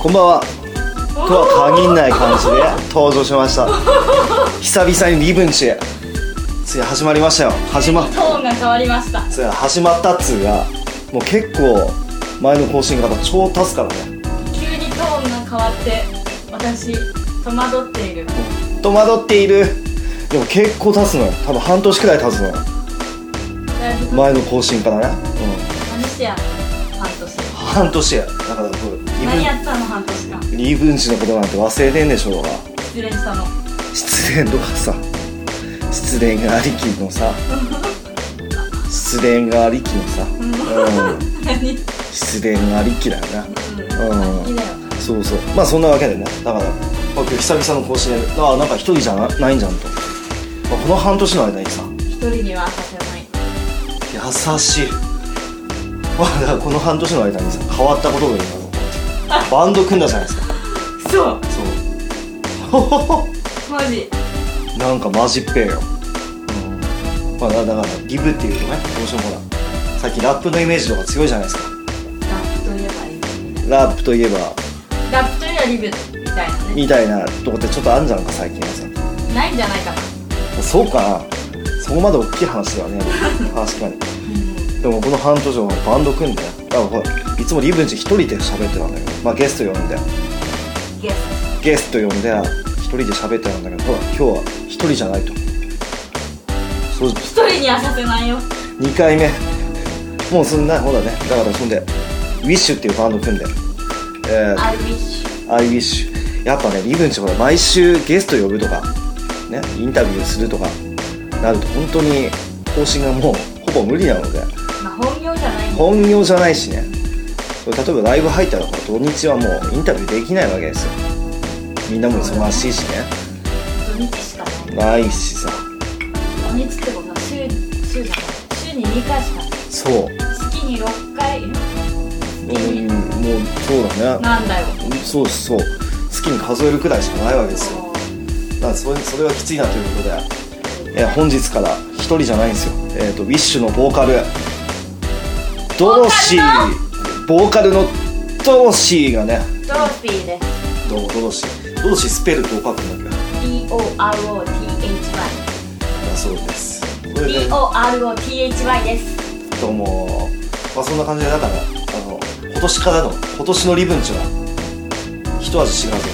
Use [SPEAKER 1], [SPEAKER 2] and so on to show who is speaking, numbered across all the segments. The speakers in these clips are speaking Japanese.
[SPEAKER 1] こんばんはとは限んない感じで登場しました久々にリブンチへつい始まりましたよ始ま
[SPEAKER 2] トーンが変わりました
[SPEAKER 1] つい始まったっつうがもう結構前の更新が超助かるね
[SPEAKER 2] 急にトーンが変わって私戸惑っている
[SPEAKER 1] 戸惑っているでも結構経つのよ多分半年くらい経つのよ
[SPEAKER 2] だいぶ
[SPEAKER 1] 前の更新からね
[SPEAKER 2] 何してやったの半年
[SPEAKER 1] うん半年やだから僕リブ
[SPEAKER 2] 何
[SPEAKER 1] ン
[SPEAKER 2] やったの半年間
[SPEAKER 1] リブンチのことなんて忘れてんでしょうが
[SPEAKER 2] 失恋したの
[SPEAKER 1] 失恋とかさ失恋がありきのさ失恋がありきのさ、うん、
[SPEAKER 2] 何
[SPEAKER 1] 失恋がありきだよな
[SPEAKER 2] う
[SPEAKER 1] うん
[SPEAKER 2] ん好きだよ
[SPEAKER 1] そうそうまあそんなわけでねだから僕久々の更新でああなんか一人じゃなないんじゃんと、まあこの半年の間にさ
[SPEAKER 2] 一人にはさせない
[SPEAKER 1] 優しいまあだからこの半年の間にさ変わったことがいいなとバンド組んだじゃないですか
[SPEAKER 2] そう
[SPEAKER 1] そう
[SPEAKER 2] マジ
[SPEAKER 1] なんかマジっぺえよ、うん、まあだだからリブっていうとねどうしてもほらさっきラップのイメージとか強いじゃないですか
[SPEAKER 2] ラップといえばリブみた
[SPEAKER 1] ラップといえば
[SPEAKER 2] いなラップといえばリブみたいなね
[SPEAKER 1] みたいなとこってちょっとあるんじゃんか最近はさ
[SPEAKER 2] ないんじゃないかな
[SPEAKER 1] そうかなそこまで大きい話ではね確かにでもこの半年はバンド組んでねだからほらいつもリブんち一人で喋ってたんだけどまあゲスト呼んで
[SPEAKER 2] ゲス
[SPEAKER 1] ゲスト呼んで一人で喋ってたんだけどほら今日は一人じゃないとそう
[SPEAKER 2] ト一人にはさせないよ
[SPEAKER 1] 2回目もうそんなほらねだからそんでウィッシュっていうバンド組んでえ
[SPEAKER 2] I wish
[SPEAKER 1] ー、アイウィッシュやっぱねリブンチほら毎週ゲスト呼ぶとかねインタビューするとかなると本当に更新がもうほぼ無理なので
[SPEAKER 2] まあ本業じゃないんだ
[SPEAKER 1] 本業じゃないしね例えばライブ入ったらほら土日はもうインタビューできないわけですよみんなも忙しいしね
[SPEAKER 2] 土日しか
[SPEAKER 1] な
[SPEAKER 2] ない
[SPEAKER 1] いしさ
[SPEAKER 2] 土日ってことは週週じゃない週に2回しかない
[SPEAKER 1] そう
[SPEAKER 2] 月に6回
[SPEAKER 1] うんもうそうだね
[SPEAKER 2] なんだよ
[SPEAKER 1] そうそう月に数えるくらいしかないわけですよだからそれそれはきついなということで、えー本日から一人じゃないんですよ、えー、とウィッシュのボーカルドロシーボーカルのドロシーがね
[SPEAKER 2] トロフィーです
[SPEAKER 1] どうもドロシードロシースペルどう書くんだっ
[SPEAKER 2] DOROTHY
[SPEAKER 1] けだそうですそれで
[SPEAKER 2] DOROTHY です
[SPEAKER 1] どうも、まあ、そんな感じでだからあの今年からの今年のリブンチは一味違うぞ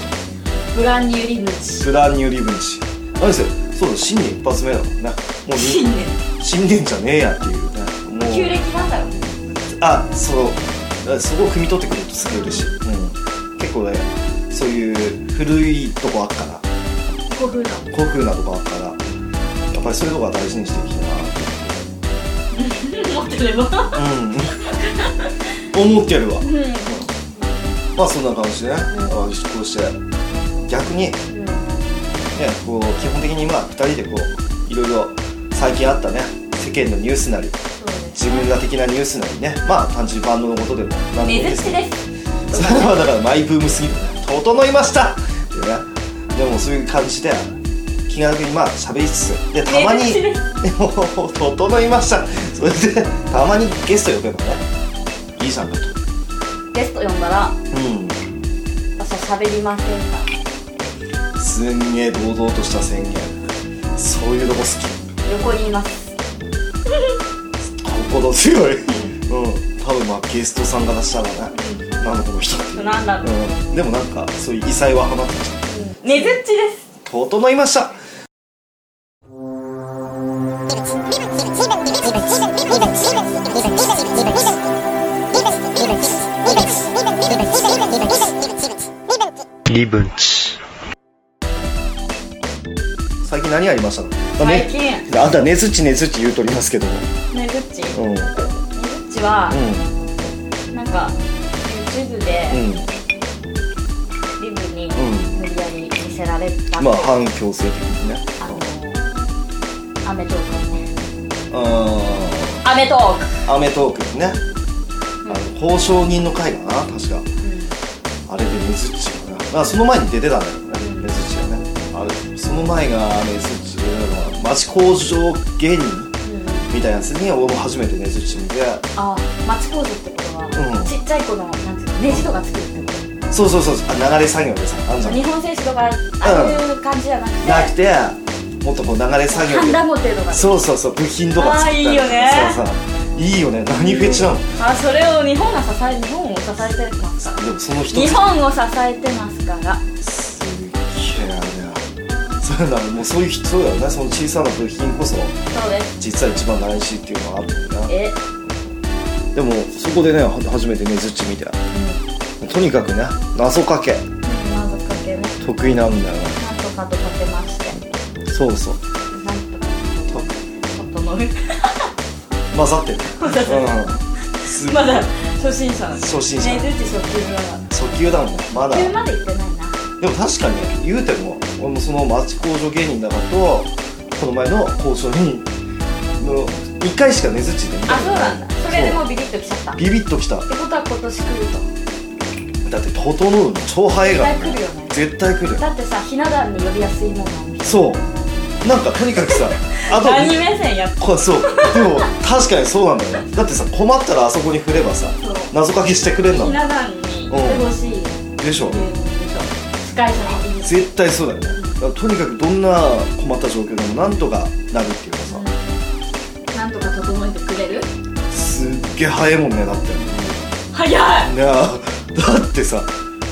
[SPEAKER 2] ブランニューリムチ
[SPEAKER 1] ブランニューリブンチ何せそうだ新年一発目だもんなもう に
[SPEAKER 2] 新年
[SPEAKER 1] 新年じゃねえやっていうねもう
[SPEAKER 2] 旧暦なんだよ
[SPEAKER 1] あそうそこを汲み取ってくれるとすげえ嬉しい、うん、結構ねそういう古いとこあっから
[SPEAKER 2] 古風な
[SPEAKER 1] 古風なとこあっからやっぱりそういうとこは大事にしていき
[SPEAKER 2] の持ってればうん
[SPEAKER 1] たいなうん思ってやるわまあそんな感じでね、あこうして逆にねこう基本的にまあ2人でこういろいろ最近あったね世間のニュースなり自分ら的なニュースなりねまあ単純にバンドのことでも何でもいい
[SPEAKER 2] ね
[SPEAKER 1] で
[SPEAKER 2] ず
[SPEAKER 1] す
[SPEAKER 2] っちです
[SPEAKER 1] それはだからマイブームすぎる整いましたってねでもそういう感じで気軽にまあ喋りつつでたまに
[SPEAKER 2] ね
[SPEAKER 1] でも 整いましたそれでたまにゲスト呼べばねいいじゃんかと
[SPEAKER 2] ゲスト呼んだら
[SPEAKER 1] う
[SPEAKER 2] 私は喋りませんか
[SPEAKER 1] んすんげえ堂々とした宣言そういうとこ好
[SPEAKER 2] 横にいます
[SPEAKER 1] き心強いうん多分まあゲストさんが出したらねなんだこの人っていう
[SPEAKER 2] なんだろう
[SPEAKER 1] うん、でもなんかそういう異彩は放ってきた
[SPEAKER 2] ねずっちです
[SPEAKER 1] 整いました
[SPEAKER 3] リブンチ。
[SPEAKER 1] 最近何ありましたのあ
[SPEAKER 2] 最
[SPEAKER 1] ね
[SPEAKER 2] 近
[SPEAKER 1] あんたねずっちねずっち言うとりますけども
[SPEAKER 2] ねずっちね
[SPEAKER 1] うんうん
[SPEAKER 2] ずっちはなんか YouTube で
[SPEAKER 1] うん
[SPEAKER 2] リブに
[SPEAKER 1] ん
[SPEAKER 2] 無理やり見せられた
[SPEAKER 1] まあ反強制的にね
[SPEAKER 2] あのアメトークね
[SPEAKER 1] う
[SPEAKER 2] アメトーク
[SPEAKER 1] んアメトークねあの交渉人の会かな確かあれでねずっちがなあその前に出てたんだけどねねずっちがねあれその前がねずっちでまあ町工場芸人みたいなやつに俺も初めてねずっち見て
[SPEAKER 2] あ町工場ってことは、
[SPEAKER 1] うん
[SPEAKER 2] ちっちゃい子のなんていうのネジとか作るってこ
[SPEAKER 1] そうそうそうあ流れ作業でさあんじゃん
[SPEAKER 2] 日本選手とかああいう感じじゃなくて
[SPEAKER 1] なくてもっとこう流れ作業
[SPEAKER 2] ハン
[SPEAKER 1] で
[SPEAKER 2] ダモテとか
[SPEAKER 1] そうそうそう部品とか作ったり
[SPEAKER 2] あーいいよね
[SPEAKER 1] そうそういいよね何フェチなの、
[SPEAKER 2] あそれを日本が支え日本を支えてますか
[SPEAKER 1] でもその一つ
[SPEAKER 2] 日本を支えてますから
[SPEAKER 1] すっげえあれだそうだねもうそういう人そうだよねその小さな部品こそ
[SPEAKER 2] そうです
[SPEAKER 1] 実は一番大事っていうのがあるんだよな
[SPEAKER 2] え、
[SPEAKER 1] でもそこでねは初めてねズッチ見てとにかくね謎かけ
[SPEAKER 2] うん、謎かけね
[SPEAKER 1] 得意なんだよね
[SPEAKER 2] なんとかとかけまして
[SPEAKER 1] そうそう
[SPEAKER 2] なんとか整え
[SPEAKER 1] 混ざってる、うん、す
[SPEAKER 2] まだ初心者なんです
[SPEAKER 1] 初心者
[SPEAKER 2] ねずっち初級は
[SPEAKER 1] 初級だもんまだ
[SPEAKER 2] 初級
[SPEAKER 1] で
[SPEAKER 2] まで行ってないな
[SPEAKER 1] も確かに言うても俺もその町工場芸人だからとこの前の交渉にの1回しかねずっちで見た
[SPEAKER 2] あ
[SPEAKER 1] こ
[SPEAKER 2] そ
[SPEAKER 1] と
[SPEAKER 2] う
[SPEAKER 1] ない
[SPEAKER 2] なんだそれでも
[SPEAKER 1] そう
[SPEAKER 2] うビビッときちゃったって
[SPEAKER 1] ビビッときた
[SPEAKER 2] ことは今年来る
[SPEAKER 1] だって整うの超早いから、
[SPEAKER 2] 絶対来るよね
[SPEAKER 1] 絶対来る
[SPEAKER 2] とだってさひな壇に呼びやすいものを見る
[SPEAKER 1] そうなんかとにかくさあと
[SPEAKER 2] 何目線やっ
[SPEAKER 1] こそうでも確かにそうなんだよねだってさ困ったらあそこに振ればさ
[SPEAKER 2] そう
[SPEAKER 1] 謎かけしてくれんだも
[SPEAKER 2] ひ
[SPEAKER 1] ん
[SPEAKER 2] な壇に行ってほしい芸
[SPEAKER 1] でしょ
[SPEAKER 2] 人でしょ司会者の技術
[SPEAKER 1] 絶対そうだよねだからとにかくどんな困った状況でもなんとかなるっていうかさ
[SPEAKER 2] なんとか整えてくれる
[SPEAKER 1] すっげえ早いもんねだって
[SPEAKER 2] 早い
[SPEAKER 1] ね だってさ、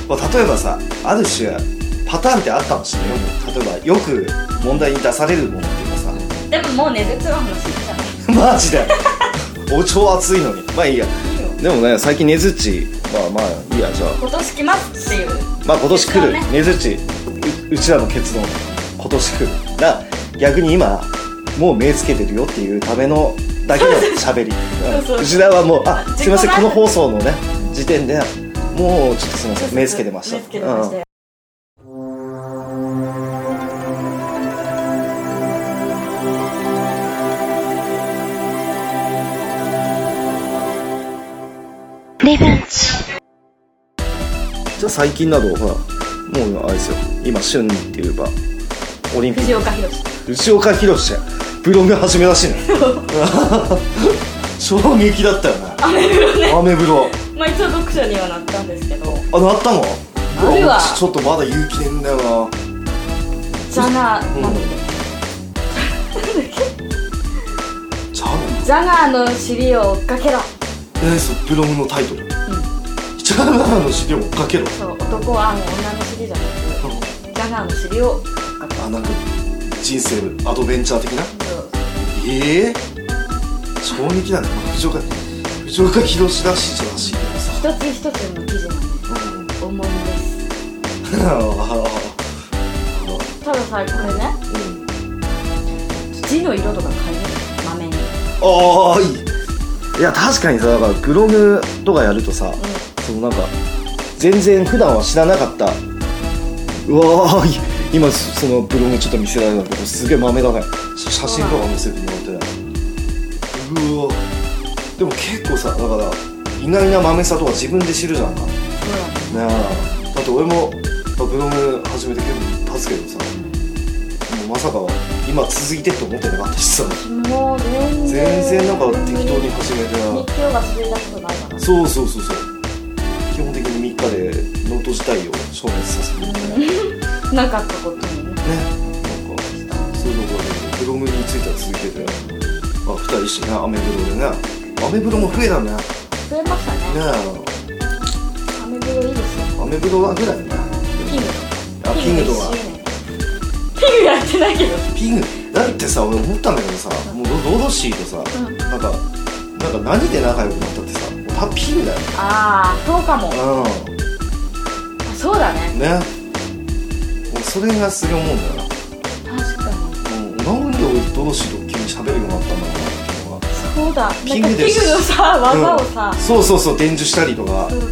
[SPEAKER 1] まあ、例えばさある種パターンってあったもしれない例えばよく問題に出されるものっていうかさ
[SPEAKER 2] でももうねずつの話じゃない
[SPEAKER 1] マジで お超熱いのにまあいいや
[SPEAKER 2] いい
[SPEAKER 1] で
[SPEAKER 2] よ
[SPEAKER 1] もね最近ねずっちまあまあいいやじゃあ
[SPEAKER 2] 今年来ますっていう
[SPEAKER 1] まあ今年来る
[SPEAKER 2] 結論ね
[SPEAKER 1] ねずっちううちらの結論今年来るだから逆に今もう目つけてるよっていうためのだけの喋り
[SPEAKER 2] そうそう
[SPEAKER 1] うんうちらはもうあすいません
[SPEAKER 2] 自己
[SPEAKER 1] こ
[SPEAKER 2] 満
[SPEAKER 1] の放送のね時点でもうちょっとすいません目つけてました
[SPEAKER 2] 目つけてまし
[SPEAKER 1] う
[SPEAKER 2] た
[SPEAKER 1] ん
[SPEAKER 2] よ
[SPEAKER 3] リベンジ
[SPEAKER 1] じゃあ最近などほらもうあれですよ今旬って言えばオリンピッ
[SPEAKER 2] 藤岡弘
[SPEAKER 1] ク内岡弘やブログ始めらしい ね 衝撃だったよね
[SPEAKER 2] アメブロね
[SPEAKER 1] アメブロ
[SPEAKER 2] まあ一応読者にはなったんですけ
[SPEAKER 1] あ
[SPEAKER 2] ど
[SPEAKER 1] なったの
[SPEAKER 2] なるわ
[SPEAKER 1] ちょっとまだ勇気ねえんだよな
[SPEAKER 2] じゃが
[SPEAKER 1] うん
[SPEAKER 2] なんだっ
[SPEAKER 1] じゃあね
[SPEAKER 2] けジャガーの尻を追っかけろ
[SPEAKER 1] 何そのブログのタイトル、うん、ジャガーの資料を追っかけろ
[SPEAKER 2] そう男はあの女の尻じゃなくジャガーの尻を追っかけろ
[SPEAKER 1] あなんか人生アドベンチャー的なええ衝撃だねまあ藤岡藤岡弘らしいじゃらしいけどさ
[SPEAKER 2] 一つ一つの記事がね重いですたださこれね
[SPEAKER 1] うん
[SPEAKER 2] 字の色とか変えるのまめに
[SPEAKER 1] ああいいいや確かにさだからブログとかやるとさ、そのなんか全然普段は知らなかったうわーい今そのブログちょっと見せられたけどすげえマメだね写写真とか見せてもらってねうわでも結構さだから意外なマメさとか自分で知るじゃんかね
[SPEAKER 2] そうだね
[SPEAKER 1] えだって俺もまあブログ始めて結構経つけどさもうまさか今続いてって思ってなかったしさ
[SPEAKER 2] もう全然
[SPEAKER 1] 全然なんか適当に始めてな
[SPEAKER 2] 日記を忘れたことないから
[SPEAKER 1] そうそうそうそう基本的に3日でノート自体を消滅させるみたいなね
[SPEAKER 2] なかったことにね
[SPEAKER 1] なんかそういうところでブログについては続けて、まあ、2人してねアメブロでねアメブロも増えたねね
[SPEAKER 2] 増えましたね
[SPEAKER 1] え
[SPEAKER 2] アメブロいいですよ
[SPEAKER 1] アメブロはぐらいね
[SPEAKER 2] ピング
[SPEAKER 1] あピングとは
[SPEAKER 2] ピングやってないけど
[SPEAKER 1] ピングだってさ俺思ったんだけどさもうロロードシーとさ、
[SPEAKER 2] うん
[SPEAKER 1] なんかなんか何で仲良くなったってさもうパッピングだよ
[SPEAKER 2] ああそうかも
[SPEAKER 1] う
[SPEAKER 2] あそうだね
[SPEAKER 1] んね俺それがすげえ思うんだよな
[SPEAKER 2] 確かに
[SPEAKER 1] うん、なんで俺どうしろ急に喋るようになったんだろうなっていうのが
[SPEAKER 2] そうだ
[SPEAKER 1] ピングです
[SPEAKER 2] なんかピングのさ技をさ
[SPEAKER 1] うん、そうそうそう伝授したりとか
[SPEAKER 2] そうそう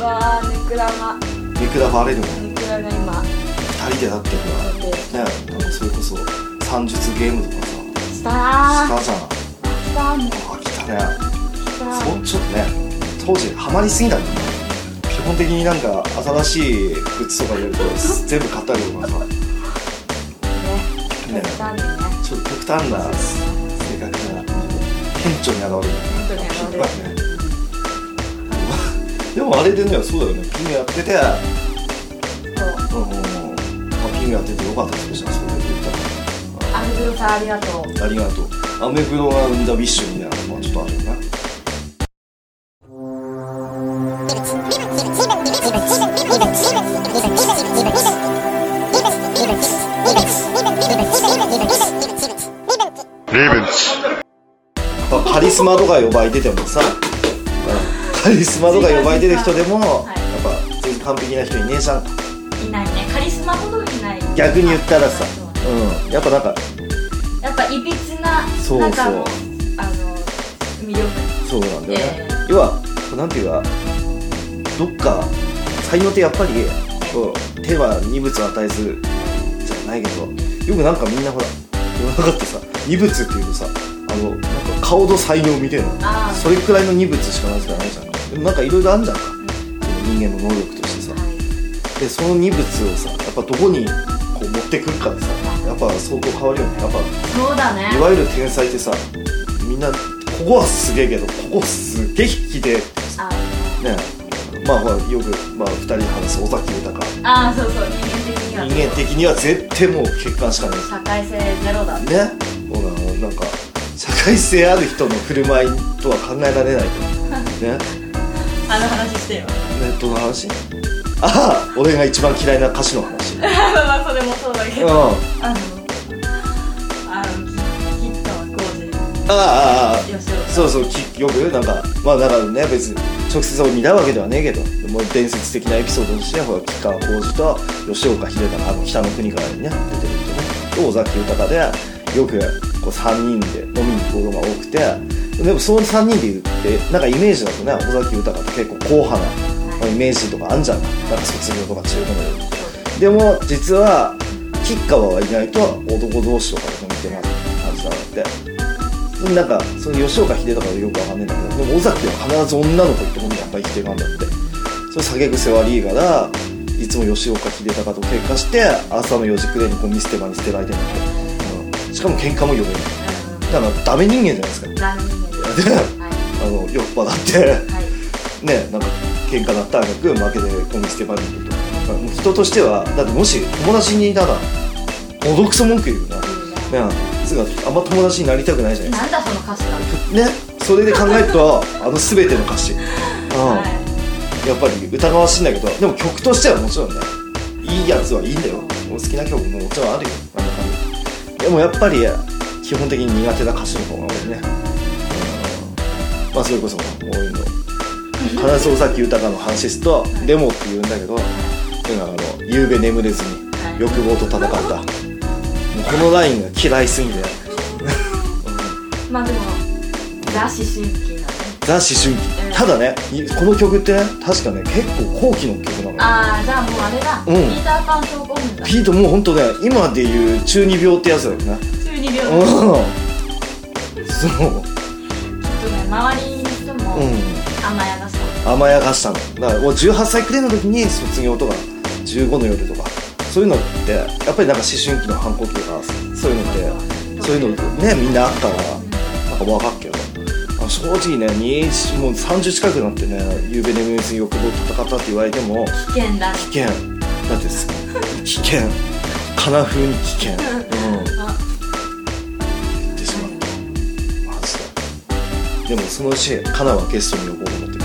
[SPEAKER 2] うわあぬくらが
[SPEAKER 1] うん見下されるもん
[SPEAKER 2] ぬくらが今
[SPEAKER 1] 2人でだって
[SPEAKER 2] こうやって
[SPEAKER 1] ほらねなんかそれこそ算術ゲームとかさ
[SPEAKER 2] したー
[SPEAKER 1] したじゃん
[SPEAKER 2] したもう
[SPEAKER 1] あ来たね
[SPEAKER 2] した
[SPEAKER 1] そうちょっとね当時ハマりすぎたんだよね基本的になんか新しいグッズとか入れると全部買ったりとかさね
[SPEAKER 2] ねしたね
[SPEAKER 1] ちょっと極端な性格が顕著に現れる
[SPEAKER 2] 本当に現れる
[SPEAKER 1] ねでもあれでねそうだよねピンやっててあのあピンやっててよかったですよそれで言った
[SPEAKER 2] アメブロさんありがとう
[SPEAKER 1] らありがとうアメブロが生んだウィッシュみたいなのもちょっとあるよなまあカリスマとか呼ばれててもさ、うんカリスマとか呼ばれてる人でも、
[SPEAKER 2] はい
[SPEAKER 1] やっぱ全然完璧な人いねえじゃん
[SPEAKER 2] いないねカリスマほどいない
[SPEAKER 1] 逆に言ったらさ
[SPEAKER 2] そう、
[SPEAKER 1] うん、やっぱなんか
[SPEAKER 2] やっぱいびつな
[SPEAKER 1] そうそう
[SPEAKER 2] なんかあのあの魅力
[SPEAKER 1] そうなんだよね、
[SPEAKER 2] え
[SPEAKER 1] 要はなんていうかどっか才能ってやっぱりこう手は二物を与えずじゃないけどよくなんかみんなほら世の中ってさ二物っていうとさあのなんか顔と才能みたい
[SPEAKER 2] あ
[SPEAKER 1] な
[SPEAKER 2] ー
[SPEAKER 1] それくらいの二物しかなじゃないじゃんでもなんかいろいろあるじゃんか、その人間の能力としてさでその二物をさやっぱどこにこう持ってくるかでさやっぱ相当変わるよねやっぱ
[SPEAKER 2] そうだね
[SPEAKER 1] いわゆる天才ってさみんなここはすげえけどここすげえ引きでね
[SPEAKER 2] あ
[SPEAKER 1] まあほらよく、まあ、2人で話す尾崎豊
[SPEAKER 2] あーそうそう人間的には
[SPEAKER 1] 人間的には絶対もう欠陥しかない
[SPEAKER 2] 社会性ゼロだね
[SPEAKER 1] ねほらなんか社会性ある人の振る舞いとは考えられないとね
[SPEAKER 2] あの話してよ
[SPEAKER 1] ネットの話ああ俺が一番嫌いな歌詞の話うん
[SPEAKER 2] まあそれもそうだけど
[SPEAKER 1] あ
[SPEAKER 2] あのあのききっと浩
[SPEAKER 1] あああ
[SPEAKER 2] 二よしお
[SPEAKER 1] そうそうきよくなんかまあだからね別に直接俺見たわけではねえけどもう伝説的なエピソードとしてほら吉川晃司と吉岡秀隆あの北の国からにね出てる人ねと尾崎豊でよくこう3人で飲みに行くことが多くてでもその3人で言ってなんかイメージだとね尾崎豊って結構硬派なイメージとかあんじゃんなんか卒業とか中学のでも実は吉川はいないと男同士とかでも見てますって感じなんだってなんかその吉岡秀隆はよくわかんないんだけどでも尾崎は必ず女の子ってことにやっぱり生きてるんだってそれ下げ癖悪いからいつも吉岡秀隆と喧嘩して朝の4時くらいにゴミ捨て場に捨てられてるんだって、うんしかも喧嘩も呼べないだからダメ人間じゃないですか
[SPEAKER 2] うんランニング
[SPEAKER 1] で
[SPEAKER 2] はい
[SPEAKER 1] あの酔っ払って
[SPEAKER 2] はい
[SPEAKER 1] ねなんか喧嘩だったらなく負けでゴミ捨て場に行くとまあもう人としてはだってもし友達にいたらおどくそ文句言うな、ね
[SPEAKER 2] い
[SPEAKER 1] つうかあんま友達になりたくないじゃ
[SPEAKER 2] いね
[SPEAKER 1] ない
[SPEAKER 2] なんだその歌詞は
[SPEAKER 1] ですかねそれで考えるとあの全ての歌詞、うん
[SPEAKER 2] はい
[SPEAKER 1] やっぱり疑わしいんだけどでも曲としてはもちろんねいいやつはいいんだよもう好きな曲ももちろんあるよあんな感じでもやっぱり基本的に苦手な歌詞の方が多いね、うん、まあそれこそ多いの必ず尾崎豊の話ですと「レモ」って言うんだけどうんあの夕べ眠れずに
[SPEAKER 2] はい
[SPEAKER 1] 欲望と戦ったもうこのラインが嫌いすぎてうん
[SPEAKER 2] まあでもザ・思春期なね
[SPEAKER 1] ザ・思春期ただねいこの曲ってね確かね結構後期の曲なのよ
[SPEAKER 2] ああじゃあもうあれだ、
[SPEAKER 1] うん
[SPEAKER 2] ピーターパン症候群だ
[SPEAKER 1] ピートもうほんとね今でいう中二病ってやつだよね
[SPEAKER 2] 中二病
[SPEAKER 1] うん
[SPEAKER 2] きっ
[SPEAKER 1] そう
[SPEAKER 2] とね周りの人も
[SPEAKER 1] うん
[SPEAKER 2] 甘やかし
[SPEAKER 1] 甘やかしたのだからもう18歳くらいの時に卒業とか15の夜とかそういうのってやっぱりなんか思春期の反抗期とかそういうのってそういうのねみんなあったからなんか若っけどあ正直ね20もう30近くなってね夕べ眠れずに欲望と戦ったって言われても
[SPEAKER 2] た危険だね
[SPEAKER 1] 危険だってす危険かな風に危険うん
[SPEAKER 2] あ
[SPEAKER 1] 言ってしまったマジででもそのうちカナはゲストに呼ぼうと思ってる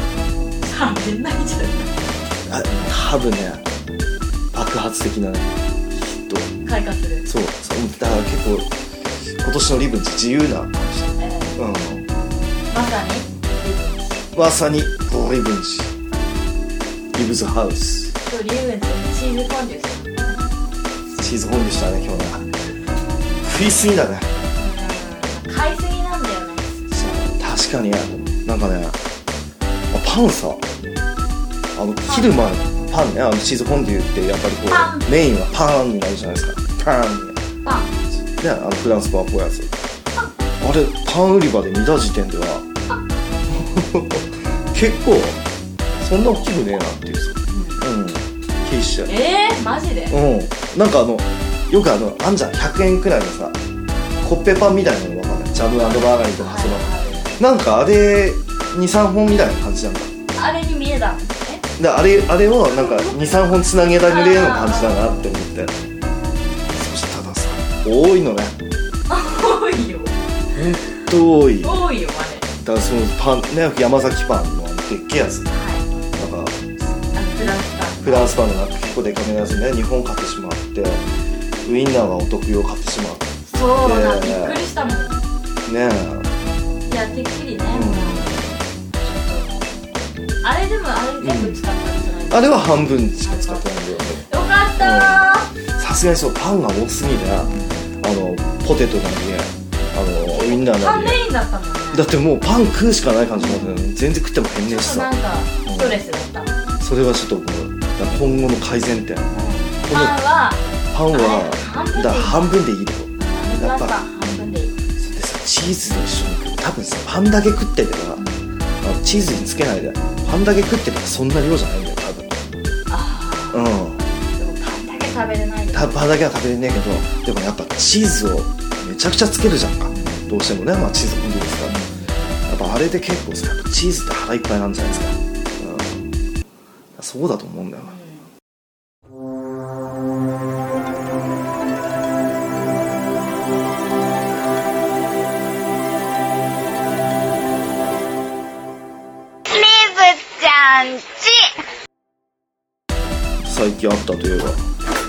[SPEAKER 2] 完全ないじゃん
[SPEAKER 1] あ多分ね爆発的なねきっと
[SPEAKER 2] 開花する
[SPEAKER 1] そうそうだから結構今年のリブンチ自由な感
[SPEAKER 2] えー
[SPEAKER 1] じうん
[SPEAKER 2] まさに
[SPEAKER 1] まさにこのリブンチリブズハウス
[SPEAKER 2] 今日リーウェンズにチーズコンデュース
[SPEAKER 1] チーズフォンデュしたね今日ね食いすぎだね
[SPEAKER 2] うん買いすぎなんだよね
[SPEAKER 1] 確かになんかねあパンさあの切る前パンねあのチーズフォンデュってやっぱりこ
[SPEAKER 2] パン
[SPEAKER 1] うメインはパンになるじゃないですかパンね
[SPEAKER 2] パン
[SPEAKER 1] ねあのフランスパンっぽいやつあれパン売り場で見た時点では 結構そんな大きくねえなっていうさうん気しちゃう
[SPEAKER 2] えー、マジで
[SPEAKER 1] うんなんかあのよくあのあんじゃん100円くらいのさコッペパンみたいなのわかんないジャムバーガリーとかそば
[SPEAKER 2] はい
[SPEAKER 1] なんかあれ23本みたいな感じなんだ
[SPEAKER 2] あれに見えた
[SPEAKER 1] であれあれをなんか23本つなげられるような感じだなって思ってそしてたださ多いのね
[SPEAKER 2] 多いよ
[SPEAKER 1] ほんと多いだか
[SPEAKER 2] 多いよあれ
[SPEAKER 1] らそのパンね山崎パンのでっけえやつなんか
[SPEAKER 2] はいあフランス
[SPEAKER 1] フランスパンのなんか結構でかめなやつね2本買ってしまってウインナーはお得用買ってしまって
[SPEAKER 2] パンそうだ、
[SPEAKER 1] で
[SPEAKER 2] びっくりしたもん
[SPEAKER 1] ね
[SPEAKER 2] いやてっきり
[SPEAKER 1] う
[SPEAKER 2] ね、
[SPEAKER 1] ん
[SPEAKER 2] ちょっとあれでもあれ全部使ったんじゃない、
[SPEAKER 1] あれは半分しか使ってないんだよね
[SPEAKER 2] よかった
[SPEAKER 1] さすがにそうパンが多すぎてあのポテトなりあのウインナー
[SPEAKER 2] ー、パ
[SPEAKER 1] な
[SPEAKER 2] ン
[SPEAKER 1] り
[SPEAKER 2] メインだったもんね
[SPEAKER 1] だってもうパン食うしかない感じになってたのに全然食っても変ねえし
[SPEAKER 2] ちょっと
[SPEAKER 1] さ
[SPEAKER 2] なんかストレスだった、
[SPEAKER 1] それはちょっともうだから今後の改善点この
[SPEAKER 2] パンは
[SPEAKER 1] パンは
[SPEAKER 2] あれ半分でいい
[SPEAKER 1] だから半分でいいと
[SPEAKER 2] フランスパン半分でいい
[SPEAKER 1] でさチーズと一緒に食う多分さパンだけ食っててらあのチーズにつけないでパンだけ食ってたらそんな量じゃないんだよ
[SPEAKER 2] あ
[SPEAKER 1] 多分うん
[SPEAKER 2] あでもパンだけ食べれないで
[SPEAKER 1] たパンだけは食べれねえけどでもやっぱチーズをめちゃくちゃつけるじゃんかどうしてもねまあチーズコンビですからやっぱあれで結構さやっぱチーズって腹いっぱいなんじゃないですか、うん、そうだと思うんだよな
[SPEAKER 3] ちゃんち
[SPEAKER 1] 最近あったといえ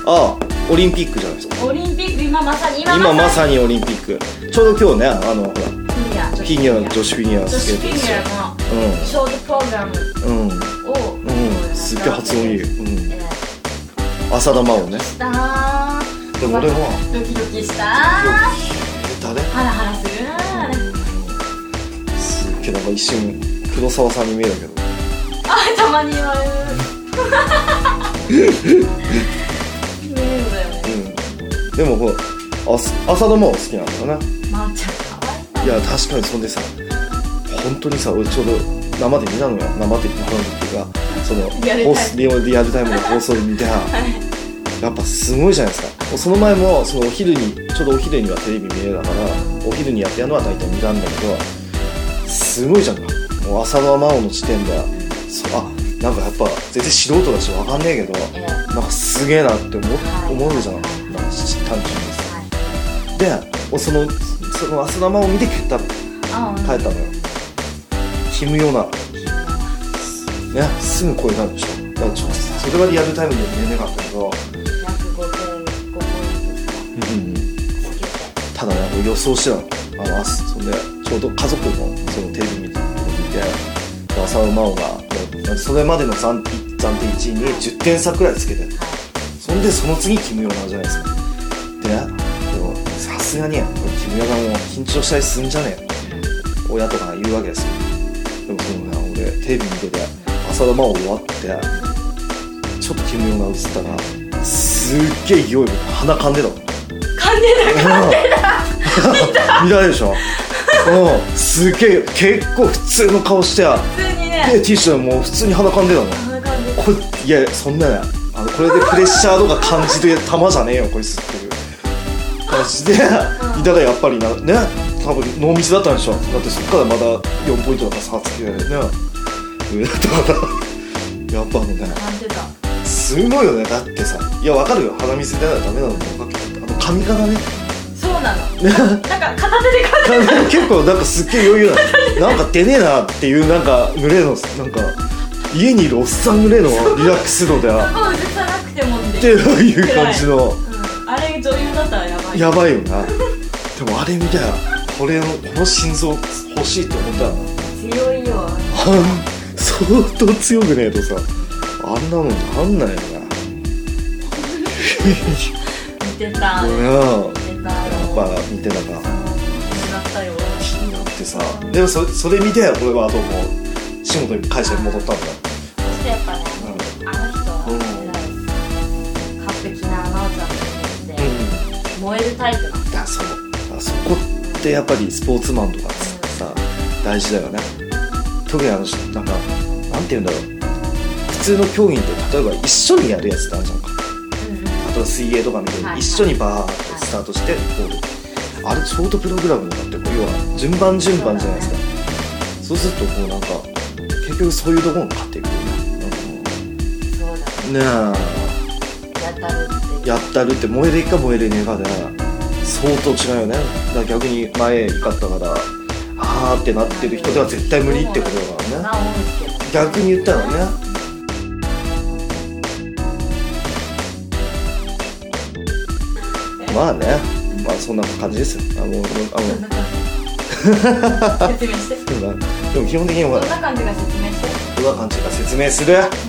[SPEAKER 1] ばああオリンピックじゃないですか
[SPEAKER 2] オリンピック今まさに今
[SPEAKER 1] 今まさ
[SPEAKER 2] に
[SPEAKER 1] にオリンピックちょうど今日ねあのほら
[SPEAKER 2] フィギュア
[SPEAKER 1] フィギュア女子フィギュア
[SPEAKER 2] 女
[SPEAKER 1] スケ
[SPEAKER 2] 子
[SPEAKER 1] ート
[SPEAKER 2] フィ
[SPEAKER 1] で
[SPEAKER 2] ギ
[SPEAKER 1] すよ
[SPEAKER 2] ュアのショートプログラム
[SPEAKER 1] うんうん
[SPEAKER 2] を、
[SPEAKER 1] うんすっげえ発音いい、うん、
[SPEAKER 2] えー
[SPEAKER 1] 浅田真央ね
[SPEAKER 2] したー
[SPEAKER 1] でも俺は
[SPEAKER 2] ドキドキしたーハ
[SPEAKER 1] 誰
[SPEAKER 2] ラハラするーあれ
[SPEAKER 1] すっげえなんか一瞬黒沢さんに見えたけど
[SPEAKER 2] あたまに言わ れる見えるんだよね
[SPEAKER 1] うんでもほらあす浅田真央好きなんだよな
[SPEAKER 2] まーちゃん可愛いない
[SPEAKER 1] や確かにそんでさ本当にさ俺ちょうど生で見たのよ生で見たのよっていうかその
[SPEAKER 2] リアルタイム
[SPEAKER 1] 放送リアリアルタイムの放送で見た やっぱすごいじゃないですかその前もそのお昼にちょうどお昼にはテレビ見れたからお昼にやってやるのは大体見たんだけどすごいじゃんかもう浅田真央の時点でそあなんかやっぱ全然素人だしわかんねえけど
[SPEAKER 2] えーは
[SPEAKER 1] なんかすげえなって思,、
[SPEAKER 2] はい
[SPEAKER 1] 思うじゃんなんか単純にさ
[SPEAKER 2] い
[SPEAKER 1] でもうそのその浅田真央見て多分
[SPEAKER 2] あ
[SPEAKER 1] 帰ったのよキム・ヨナねすぐ声になるでしょだからちょっとそれはリアルタイムで見れなかったけど、
[SPEAKER 2] 約5点5ポイント差つけて
[SPEAKER 1] ただね俺予想してたのあのあそんでちょうど家族のそのテレビ見て見て浅田真央がそれまでの暫定暫定1位に10点差くらいつけて
[SPEAKER 2] はい
[SPEAKER 1] そんでその次キム・ヨナじゃないですかでねでもさすがにこれキム・ヨナも緊張したりすんじゃねえ親とか言うわけですよでもそのね俺テレビ見てて浅田真央終わってちょっとキム・ヨナ映ったらすっげえ勢いよく鼻かんでたもん
[SPEAKER 2] 噛んでる
[SPEAKER 1] 見た見たでしょうんすっげえ結構普通の顔して
[SPEAKER 2] 普通に
[SPEAKER 1] で
[SPEAKER 2] ね
[SPEAKER 1] T シャツもう普通に鼻かんでたの
[SPEAKER 2] あんな感じ
[SPEAKER 1] これいやそんなねあのこれでプレッシャーとか感じて玉じゃねえよこいつっていう感じでいたらやっぱりなね多分濃密だったんでしょだってそっからまだ4ポイントとか差つけられてね 上だったからやっぱあのね
[SPEAKER 2] 噛んでた
[SPEAKER 1] すごいよねだってさいやわかるよ鼻水出ないとダメなのも分かるけどあの髪型ね
[SPEAKER 2] そうなのなんか片手で噛んで
[SPEAKER 1] 結構なんかすっげえ余裕なのなんか出ねえなっていうなんかグレーのなんか家にいるおっさんグレーのリラックス度で
[SPEAKER 2] た
[SPEAKER 1] あ
[SPEAKER 2] もう映さなくてもん
[SPEAKER 1] って
[SPEAKER 2] で
[SPEAKER 1] いう感じの。
[SPEAKER 2] うんあれ女優だったらやばい
[SPEAKER 1] やばいよなでもあれ見たらこれをこの心臓欲しいと思ったらな
[SPEAKER 2] 強いよ
[SPEAKER 1] あん 相当強くねえとさあんなもんなんないよ
[SPEAKER 2] 見てた
[SPEAKER 1] な
[SPEAKER 2] 見
[SPEAKER 1] いやや
[SPEAKER 2] てたや
[SPEAKER 1] っぱ見てたか
[SPEAKER 2] だったよ
[SPEAKER 1] 気になってさでもそそれ見て俺はあともう仕事に会社に戻ったんだ
[SPEAKER 2] そしてやっぱねあの人は
[SPEAKER 1] うん
[SPEAKER 2] 偉い完璧な真央ちゃんの
[SPEAKER 1] うん
[SPEAKER 2] イメージで燃えるタイプなの
[SPEAKER 1] だからそのあそこってやっぱりスポーツマンとかさ大事だよね特にあのなんかなんて言うんだろう普通の競技って例えば一緒にやるやつってあるじゃんか
[SPEAKER 2] うんうん
[SPEAKER 1] あとは水泳とかみたい
[SPEAKER 2] はいは
[SPEAKER 1] に
[SPEAKER 2] い
[SPEAKER 1] 一緒にバーってスタートしてゴールあれショートプログラムになってこう要は順番順番じゃないですかそうするとこうなんか結局そういうところも勝っていくよねね
[SPEAKER 2] やたるって
[SPEAKER 1] えやったるって燃えでいくか燃えでねえかで相当違うよねだから逆に前怒ったからあーってなってる人では絶対無理ってことだからね
[SPEAKER 2] な思うんですけど
[SPEAKER 1] 逆に言ったらねまあねまあそんな感じですよあのあの
[SPEAKER 2] 説明して
[SPEAKER 1] でもでも基本的にほ
[SPEAKER 2] ど
[SPEAKER 1] ら
[SPEAKER 2] んな感じが説明して
[SPEAKER 1] どんな感じか説明するあだから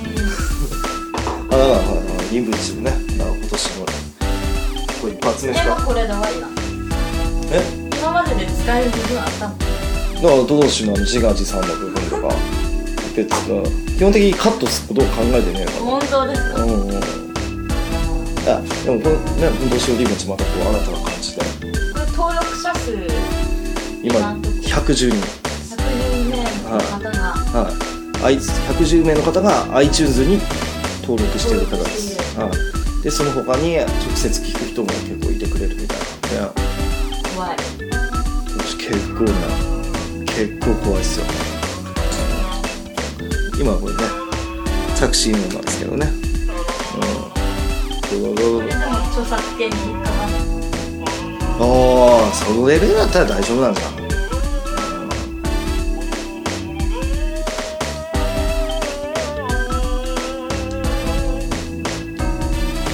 [SPEAKER 1] ほらほらインブリッジもねだから今年もこれ一発目し
[SPEAKER 2] でも
[SPEAKER 1] か
[SPEAKER 2] これで終わり
[SPEAKER 1] え
[SPEAKER 2] だ今までで使える部分あったもん
[SPEAKER 1] だからどうしの自画自賛の部分とか別の基本的にカットすることを考えてねえか
[SPEAKER 2] 本当です
[SPEAKER 1] ら
[SPEAKER 2] か
[SPEAKER 1] うんうんあでもこのねどうしようリボンチまたこう新たな感じで
[SPEAKER 2] これ登録者数
[SPEAKER 1] 今110人
[SPEAKER 2] 110名の方が
[SPEAKER 1] はい、あい110名の方が iTunes に登録してる方です、はい、でその他に直接聞く人も結構いてくれるみたいなので
[SPEAKER 2] 怖い
[SPEAKER 1] 私結構な結構怖いっすよ今これねタクシーのなんですけどねうんどどど
[SPEAKER 2] こ
[SPEAKER 1] ど
[SPEAKER 2] れでも著作権に引っかかんない
[SPEAKER 1] ああそのレベルだったら大丈夫なんだ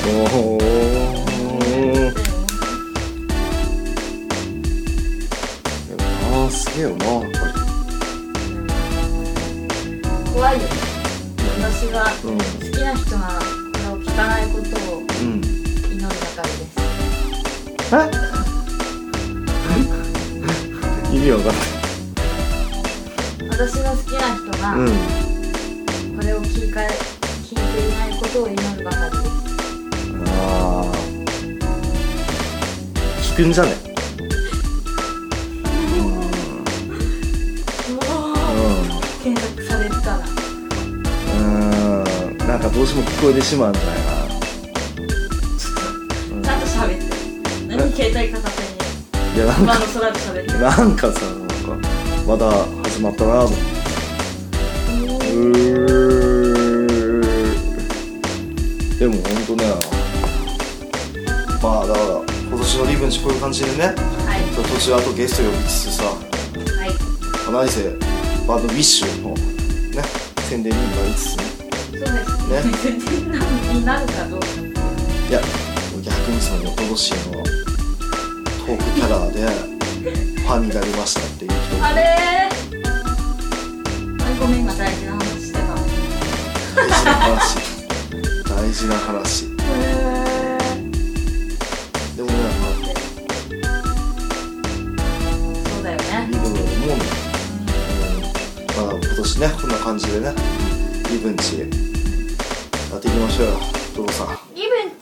[SPEAKER 1] おおーでもなあすげえよなやっぱ
[SPEAKER 2] 怖いよね私は
[SPEAKER 1] り
[SPEAKER 2] 好きな人がこれを聞かないことを
[SPEAKER 1] うんうん
[SPEAKER 2] 祈るばかりです
[SPEAKER 1] 意味わかん
[SPEAKER 2] 私の好きな人が
[SPEAKER 1] ないうん
[SPEAKER 2] これを聞いか聞いていないことを祈るばかりです
[SPEAKER 1] ああ聞くんじゃね
[SPEAKER 2] もう
[SPEAKER 1] うん
[SPEAKER 2] 検索されてたら
[SPEAKER 1] うーんなんかどうしても聞こえてしまうんじゃない
[SPEAKER 2] ちゃんと喋って何携帯片手に
[SPEAKER 1] かないやなん
[SPEAKER 2] 今
[SPEAKER 1] か
[SPEAKER 2] の空で喋ってる
[SPEAKER 1] なんかさなんかまだ始まったなと思ってうーでもほんとねまあだから今年のリブンチこういう感じでね
[SPEAKER 2] はい
[SPEAKER 1] 今年あとゲスト呼びつつさ
[SPEAKER 2] はい
[SPEAKER 1] 何せバンドウィッシュのね宣伝にもなりつつね
[SPEAKER 2] そうですね全然何になるかどうか
[SPEAKER 1] いや逆にそのおどしのトークキャラでファンになりましたっていう人
[SPEAKER 2] あれーあごめんが大事な話してた
[SPEAKER 1] 大事な話大事な話
[SPEAKER 2] へー
[SPEAKER 1] でもね
[SPEAKER 2] そうだよ
[SPEAKER 1] まあ
[SPEAKER 2] ね
[SPEAKER 1] リブンだと思うのようんまあ今年ねこんな感じでねリブンチやっていきましょうよお父さん
[SPEAKER 2] リベンチ